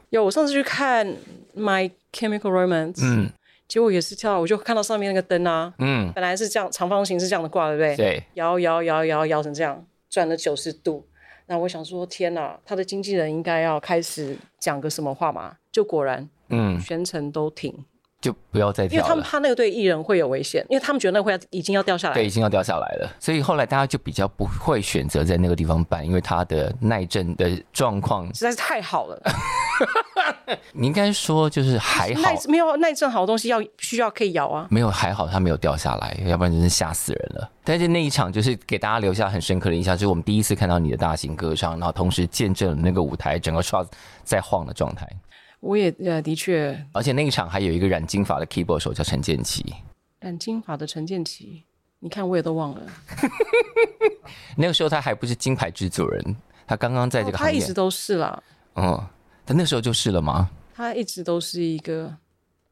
有我上次去看《My Chemical Romance》，
嗯
结果也是跳，我就看到上面那个灯啊，
嗯，
本来是这样长方形是这样的挂，对不 对？
对，
摇摇摇摇摇成这样，转了九十度。那我想说，天哪，他的经纪人应该要开始讲个什么话嘛？就果然
嗯，
全程都停，
就不要再
因为
跳
他们
了。
怕那个对艺人会有危险，因为他们觉得那个会要已经要掉下来了
对，已经要掉下来了，所以后来大家就比较不会选择在那个地方办，因为它的耐震的状况，
实在是太好了，
你应该说就是还好
耐，没有耐震好的东西要需要可以摇啊。
没有还好，他没有掉下来，要不然真是吓死人了。但是那一场就是给大家留下很深刻的印象，就是我们第一次看到你的大型歌唱，然后同时见证了那个舞台整个 shot 在晃的状态。
我也呃的确，
而且那一场还有一个染金发的 keyboard 手叫陈建奇，
染金发的陈建奇，你看我也都忘了，
那个时候他还不是金牌制作人，他刚刚在这个
哦他
行
一
业，
直都是啦，
嗯，他那时候就是了吗？
他一直都是一个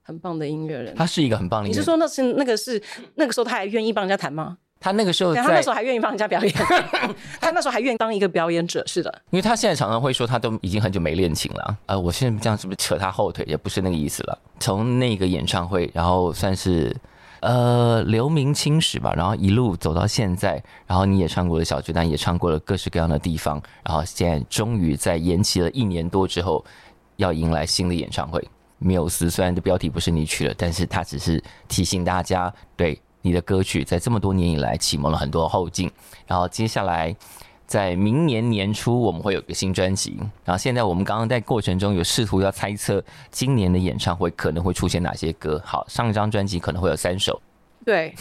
很棒的音乐人。
他是一个很棒的音
你
乐人，
是说那是那个是那个时候他还愿意帮人家弹吗？
他那个时候
对，他那
在
时候还愿意帮人家表演， 他那时候还愿意当一个表演者，是的。
因为他现在常常会说他都已经很久没练琴了，呃，我现在这样是不是扯他后腿？也不是那个意思了。从那个演唱会，然后算是呃留名青史吧，然后一路走到现在，然后你也唱过了小巨蛋，也唱过了各式各样的地方，然后现在终于在延期了一年多之后，要迎来新的演唱会。缪斯虽然这标题不是你取的，但是他只是提醒大家，对你的歌曲在这么多年以来启蒙了很多后劲。然后接下来在明年年初我们会有一个新专辑，然后现在我们刚刚在过程中有试图要猜测今年的演唱会可能会出现哪些歌。好，上一张专辑可能会有三首，
对，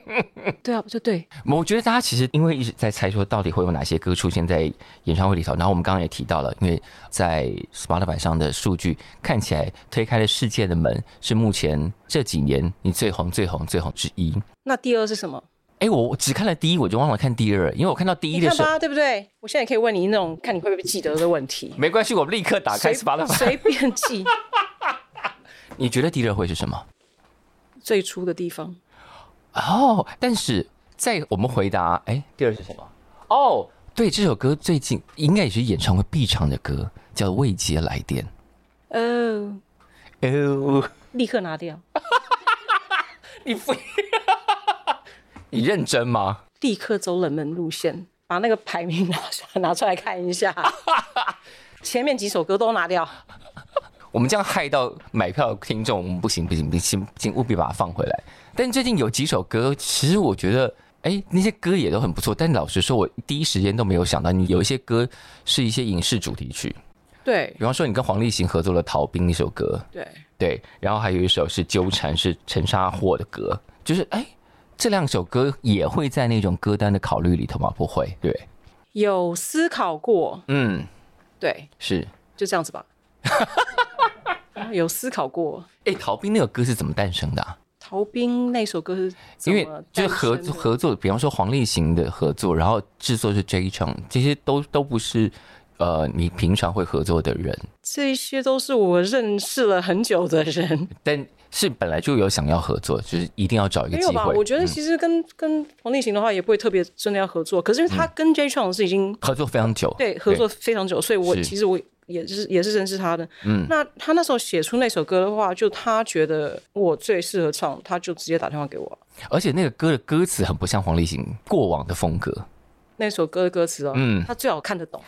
对啊，就对，
我觉得大家其实因为一直在猜说到底会有哪些歌出现在演唱会里头，然后我们刚刚也提到了，因为在 Spotify 上的数据看起来推开了世界的门，是目前这几年你最红、最红、最红之一。
那第二是什么？
哎，我我只看了第一，我就忘了看第二，因为我看到第一
你
的
看
时候，
吧，对不对？我现在也可以问你那种看你会不会记得的问题，
没关系，我们立刻打嗯开
随
Spotify。
随便记
你觉得第二会是什么？
最初的地方。
哦，但是在我们回答，哎，第二是什么？哦，对，这首歌最近应该也是演唱会必唱的歌，叫《未接来电
呃，》。
哦，
立刻拿掉，
你不， 你认真吗？
立刻走冷门路线，把那个排名拿下拿出来看 一下。前面几首歌都拿掉，
我们这样害到买票的听众，我们不行不行不行，请务必把它放回来。但最近有几首歌，其实我觉得，哎，那些歌也都很不错。但老实说，我第一时间都没有想到，你有一些歌是一些影视主题曲，
对
比方说你跟黄立行合作了《逃兵》那首歌，
对，
对，然后还有一首是《纠缠》，是陈沙货的歌，就是哎，这两首歌也会在那种歌单的考虑里头吗？不会，对，
有思考过，
嗯，
对，
是。
就这样子吧。啊有思考过
哎，逃兵那个歌是怎么诞生的、啊？
逃兵那首歌是怎
因
么
为就是合
诞生的
合作，比方说黄立行的合作，然后制作是 J 唱，这些都都不是呃你平常会合作的人，
这些都是我认识了很久的人，
但是本来就有想要合作，就是一定要找一个
没
机
有吧？
会嗯
我觉得其实跟、跟黄立行的话也不会特别真的要合作，可是因为
嗯
他跟 J Chong 是已经、
合作非常久，
对合作非常久，所以我
是
其实我也是也是认识他的。嗯，那他那时候写出那首歌的话，就他觉得我最适合唱，他就直接打电话给我。
而且那个歌的歌词很不像黄立行过往的风格，
那首歌的歌词哦，
嗯
他最好看得懂。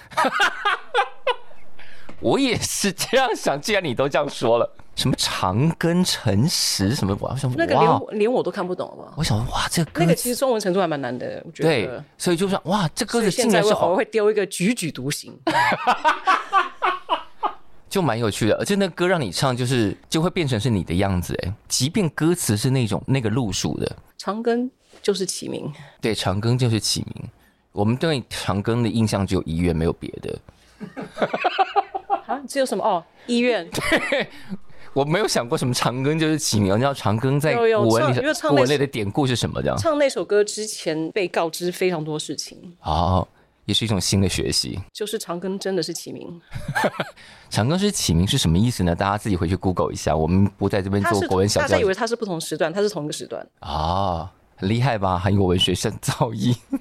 我也是这样想，既然你都这样说了，什么长庚、诚实什么，我想
那个连
哇，
我连我都看不懂，好不好？
我想哇，这个歌
那个其实中文程度还蛮难的，我觉
对
得。，
所以就说哇，这歌
所以
子
现
竟
在
然
我哦
是
偶
好
尔会丢一个踽踽独行，
就蛮有趣的，而且那歌让你唱，就是就会变成是你的样子哎，即便歌词是那种那个路数的，
长庚就是齐名。
对，长庚就是起名。我们对长庚的印象只有医院，没有别的。
啊，只有什么哦？医院
我没有想过什么长庚就是起名，你知道长庚在
有有
古文
唱
里
因为唱
古
那
文类
首
的典故是什么这样？
唱那首歌之前被告知非常多事情，
哦，也是一种新的学习。
就是长庚真的是齐名，
长庚是起名是什么意思呢？大家自己回去 Google 一下，我们不在这边
他
做
是
国文小
大
教
家以
育
为他是不同时段，他是同一个时段。
啊、哦，很厉害吧？韩国文学生造诣。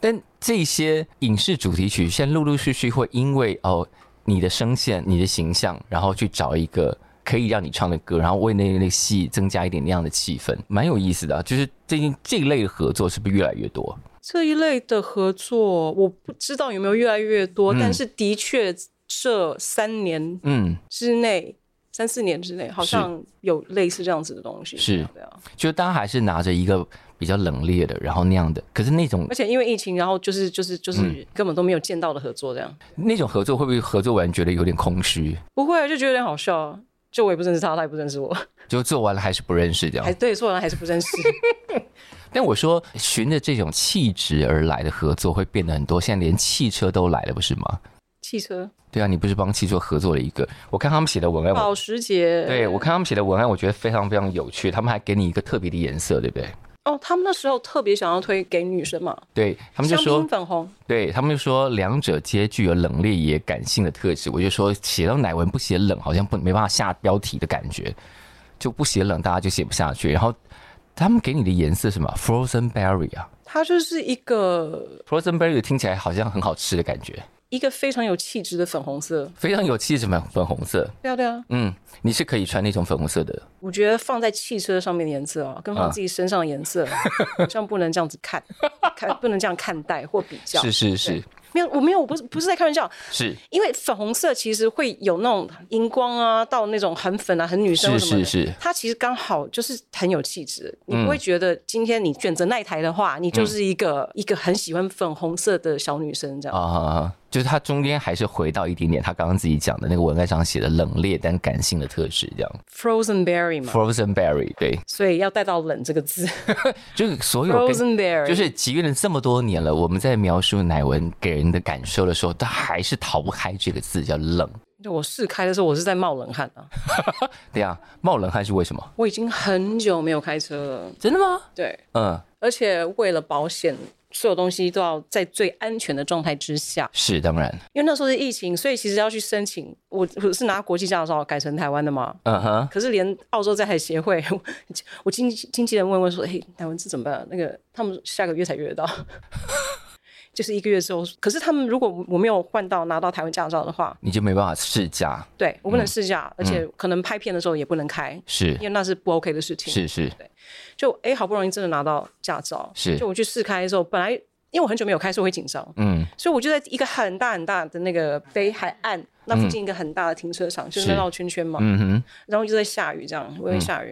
但这些影视主题曲现在陆陆续续会因为哦你的声线、你的形象，然后去找一个可以让你唱的歌，然后为那类戏增加一点那样的气氛，蛮有意思的啊、就是最近这一类的合作是不是越来越多？
这一类的合作，我不知道有没有越来越多，但是的确这三年
嗯，
之内。三四年之内，好像有类似这样子的东西。
是
对啊，
就大家还是拿着一个比较冷冽的，然后那样的，可是那种
而且因为疫情，然后就是就是
嗯
就是根本都没有见到的合作，这样、
那种合作会不会合作完觉得有点空虚，
不会就觉得有点好笑啊。就我也不认识他，他也不认识我，
就做完了还是不认识这
还
样？
对做人还是不认 识。
但我说，循着这种气质而来的合作会变得很多，现在连汽车都来了，不是吗？
汽车
对啊，你不是帮汽车合作了一个？我看他们写的文案，我
保时捷，
对我看他们写的文案，我觉得非常非常有趣。他们还给你一个特别的颜色，对不对？
哦，他们那时候特别想要推给女生嘛，
对他们就
香
说
槟，粉红，
对他们就说两者皆具有冷冽也感性的特质。我就说写到奶文不写冷，好像不没办法下标题的感觉，就不写冷，大家就写不下去。然后他们给你的颜色是什么？Frozen berry 啊
她就是一个
，Frozen berry 听起来好像很好吃的感觉，
一个非常有气质的粉红色。
非常有气质嘛，粉红色。
对啊，对啊，
嗯，你是可以穿那种粉红色的。
我觉得放在汽车上面的颜色啊，跟放自己身上的颜色，啊好像不能这样子 看，看不能这样看待或比较。
是是是
没有，我没有，我不是不是在开玩笑，
是
因为粉红色其实会有那种荧光啊，到那种很粉啊、很女生
是
什么的。
是嗯是，
它其实刚好就是很有气质，你不会觉得今天你选择那一台的话，
嗯
你就是一个、一个很喜欢粉红色的小女生这样。
啊、就是它中间还是回到一点点他刚刚自己讲的那个文案上写的冷冽但感性的特质，这样。
Frozen berry 嘛，
Frozen berry 对，
所以要带到冷这个 字。
就是所有跟
Frozen berry
就是即便这么多年了，我们在描述乃文给人的感受的时候，他还是逃不开这个字叫冷。
就我试开的时候，我是在冒冷汗啊，
对啊，冒冷汗是为什么？
我已经很久没有开车了。
真的吗？
对，
嗯，
而且为了保险，所有东西都要在最安全的状态之下。
是当然。
因为那时候是疫情，所以其实要去申请，我我是拿国际驾照改成台湾的嘛。
嗯哼，
可是连澳洲在海协会，我我经经纪人问问说：“哎、台湾这怎么办？那个他们下个月才约得到， 就是一个月之后。可是他们如果我没有换到拿到台湾驾照的话，
你就没办法试驾。
对我不能试驾，而且可能拍片的时候也不能开，
是
因为那是不 OK 的事情。
是是
就哎、好不容易真的拿到驾照，
是
就我去试开的时候，本来因为我很久没有开，所以我会紧张，
嗯，
所以我就在一个很大很大的那个北海岸那附近一个很大的停车场，就是
是
那绕圈圈嘛，
嗯哼，嗯
然后就在下雨这样，因为下雨，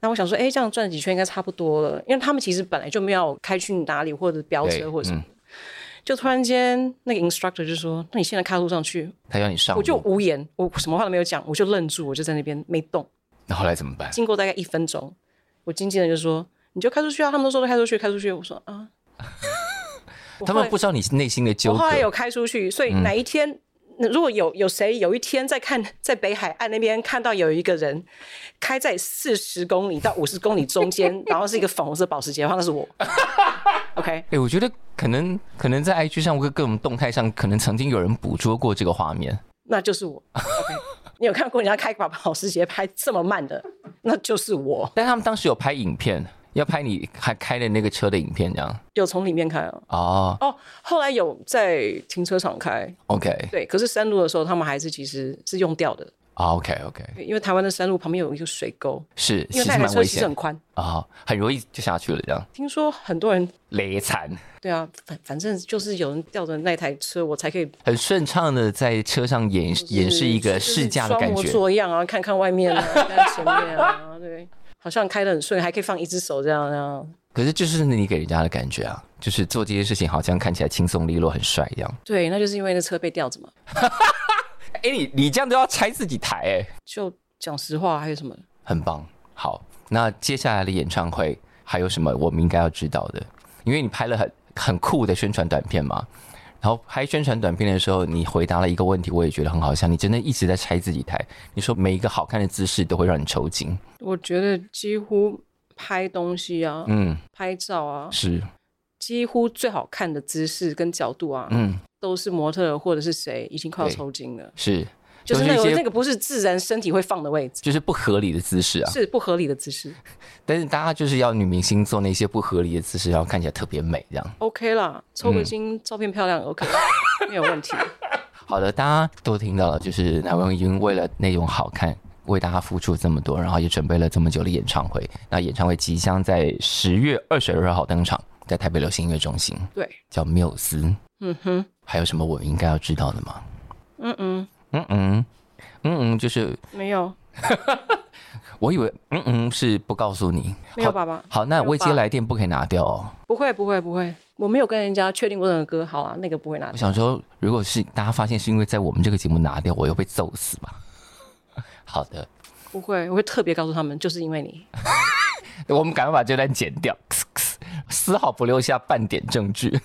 然后我想说，哎、这样转几圈应该差不多了，因为他们其实本来就没有开去哪里或者飙
对嗯
车或者什么。就突然间，那个 instructor 就说：“那你现在开路上去。
他要你”上路，
我就无言，我什么话都没有讲，我就愣住，我就在那边没动。
那后来怎么办？
经过大概一分钟，我经纪人就说：“你就开出去啊！”他们都说都开出去，开出去。我说：“啊。我
他
后来”
们不知道你内心的纠
我后来
葛。
有开出去，所以哪一天、那如果有有谁有一天在看在北海岸那边看到有一个人开在四十公里到五十公里中间，然后是一个粉红色保时捷的话，那 是我。OK，
哎、我觉得可能可能在 IG 上或各种动态上，可能曾经有人捕捉过这个画面。
那就是我。OK，你有看过人家开把保时捷拍这么慢的，那就是我。
但他们当时有拍影片，要拍你还开的那个车的影片，这样。
有从里面开啊。
哦
哦，后来有在停车场开，
，OK，
对，可是山路的时候，他们还是其实是用掉的，
啊，OK OK，
因为台湾的山路旁边有一个水沟，
是，
因
其
为
实
那台
蛮
车
危
其实
险
很宽。
啊、很容易就下去了，这样
听说很多人
累惨，
对啊，反反正就是有人吊着那台车，我才可以
很顺畅的在车上演演示一个
就是
试驾的
装
感
模
觉，
作样啊，看看外面啊，看前面啊，对，好像开得很顺，还可以放一只手这样这样。
可是就是你给人家的感觉啊，就是做这些事情好像看起来轻松利落、很帅一样。
对，那就是因为那车被吊着嘛。
哎、你你这样都要拆自己台哎、
就讲实话，还有什么？
很棒。好，那接下来的演唱会还有什么我们应该要知道的？因为你拍了很很酷的宣传短片嘛，然后拍宣传短片的时候，你回答了一个问题，我也觉得很好笑。你真的一直在拆自己台，你说每一个好看的姿势都会让你抽筋。
我觉得几乎拍东西啊，
嗯，
拍照啊，
是，
几乎最好看的姿势跟角度啊，
嗯，
都是模特儿或者是谁已经快要
对
抽筋了，
是，
就是
都
那
是
个
一些
那个不是自然身体会放的位置，
就是不合理的姿势啊。
是不合理的姿势。
但是大家就是要女明星做那些不合理的姿势，然后看起来特别美这样。
OK 啦，抽个筋，照片漂亮，OK，没有
嗯
问题。
好的，大家都听到了，就是乃文已经为了内容好看，为大家付出这么多，然后也准备了这么久的演唱会。那演唱会即将在十月二十二号登场，在台北流行音乐中心，
对，
叫缪斯。
嗯哼，
还有什么我们应该要知道的吗？
嗯嗯，
嗯嗯嗯嗯，就是
没有，
我以为嗯嗯是不告诉你。
没有爸爸，
好，那未接来电不可以拿掉哦。
不会不会不会，我没有跟人家确定过那个歌，好啊，那个不会拿
我。想说，如果是大家发现是因为在我们这个节目拿掉，我又被揍死吧。 好的，
不会，我会特别告诉他们，就是因 为你。
我们赶快把这段剪掉，丝毫不留下半点证据。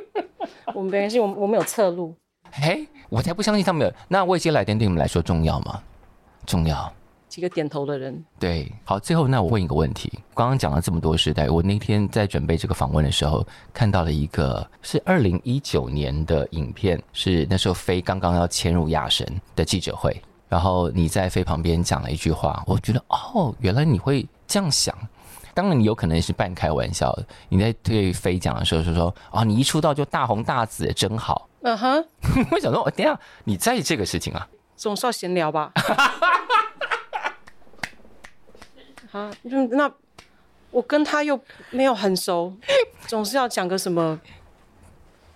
我们没关系，我们我们有侧录，
嘿，我才不相信他们有。那未接来电对你们来说重要吗？重要。
几个点头的人。
对，好，最后那我问一个问题，刚刚讲了这么多时代，我那天在准备这个访问的时候，看到了一个是二零一九年的影片，是那时候飞刚刚要迁入亚神的记者会，然后你在飞旁边讲了一句话，我觉得哦，原来你会这样想。当然，你有可能是半开玩笑的。你在对飞讲的时候是说：“啊、你一出道就大红大紫，真好。
嗯哼，”
我想说，哦，等一下你在意这个事情啊？
总是要闲聊 吧。啊，嗯那我跟他又没有很熟，总是要讲个什么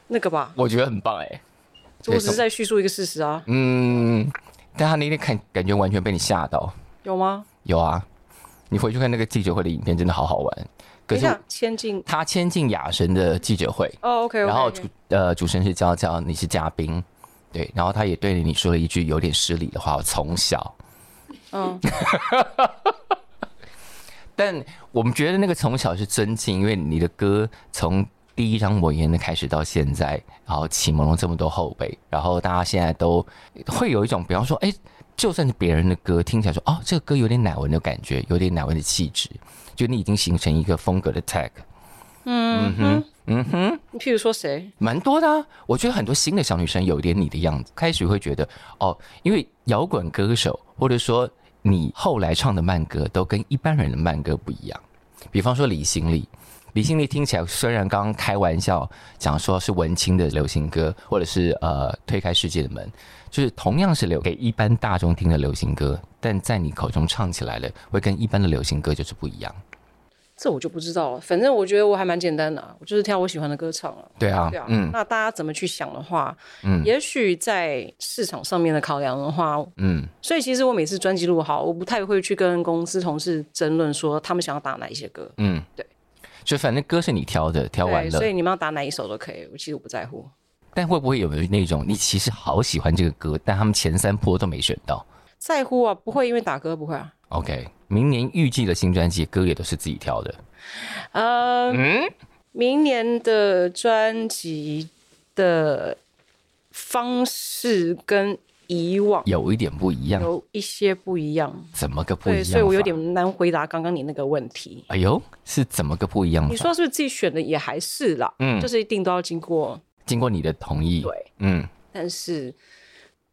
那个吧。
我觉得很棒哎、
我只
总
是在叙述一个事实啊，
嗯，但他那天看感觉完全被你吓到。
有吗？
有啊，你回去看那个记者会的影片，真的好好玩。可
等一
是
下，千进
他签进雅神的记者会，
哦，OK，
然后主呃主持人是娇娇，你是嘉宾，对，然后他也对你说了一句有点失礼的话，我从小。
嗯，
但我们觉得那个从小是尊敬，因为你的歌从第一张《我言》的开始到现在，然后启蒙了这么多后辈，然后大家现在都会有一种，比方说，哎，就算是别人的歌，听起来说，哦，这个歌有点奶文的感觉，有点奶文的气质，就你已经形成一个风格的 tag，
嗯哼，嗯哼，你譬如说谁？
蛮多的、啊。我觉得很多新的小女生有一点你的样子，开始会觉得，哦，因为摇滚歌手或者说你后来唱的慢歌都跟一般人的慢歌不一样。比方说李行李，李行李听起来虽然刚刚开玩笑讲说是文青的流行歌，或者是呃推开世界的门，就是同样是留给一般大众听的流行歌，但在你口中唱起来了，会跟一般的流行歌就是不一样。
这我就不知道了。反正我觉得我还蛮简单的、啊，我就是挑我喜欢的歌唱啊。
对啊，
对啊，
嗯
那大家怎么去想的话，
嗯
也许在市场上面的考量的话，
嗯，
所以其实我每次专辑录好，我不太会去跟公司同事争论说他们想要打哪一些歌，
嗯，
对，
就反正歌是你挑的，挑完
对，
了
所，以你们要打哪一首都可以，我其实不在乎。
但会不会有没有那种你其实好喜欢这个歌，但他们前三波都没选到
在乎啊，不会因为打歌不会啊，
？OK，明年预计的新专辑歌也都是自己挑的，
呃，明年的专辑的方式跟以往
有一点不一样，
有一些不一样，
怎么个不一样
对，
法？
所以我有点难回答刚刚你那个问题。
哎呦，是怎么个不一样法？
你说是不是自己选的？也还是啦，
嗯
就是一定都要经过
经过你的同意，
对，
嗯，
但是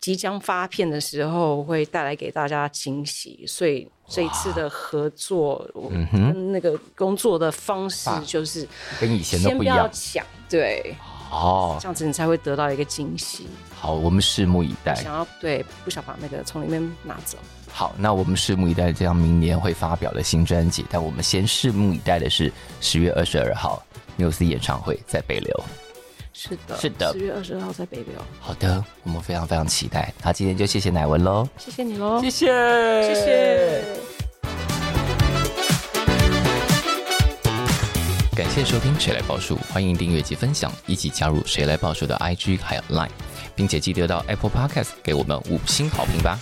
即将发片的时候会带来给大家惊喜，所以这一次的合作，我
嗯
跟那个工作的方式
哇
就是
跟以前都
先
不
不
一
要
样。
讲，对，
哦，
这样子你才会得到一个惊喜。
好，我们拭目以待。
想要对，不想把那个从里面拿走。
好，那我们拭目以待这样明年会发表的新专辑，但我们先拭目以待的是十月二十二号缪斯演唱会在北流。
是的，
是的
十月二十号在北流，
好的，我们非常非常期待。那今天就谢谢乃文喽，
谢谢你喽，
谢，
哦
谢
谢谢。
感谢收听《谁来报数》，欢迎订阅及分享，一起加入《谁来报数》的 IG 还有 Line，并且记得到 Apple Podcast 给我们五星好评吧。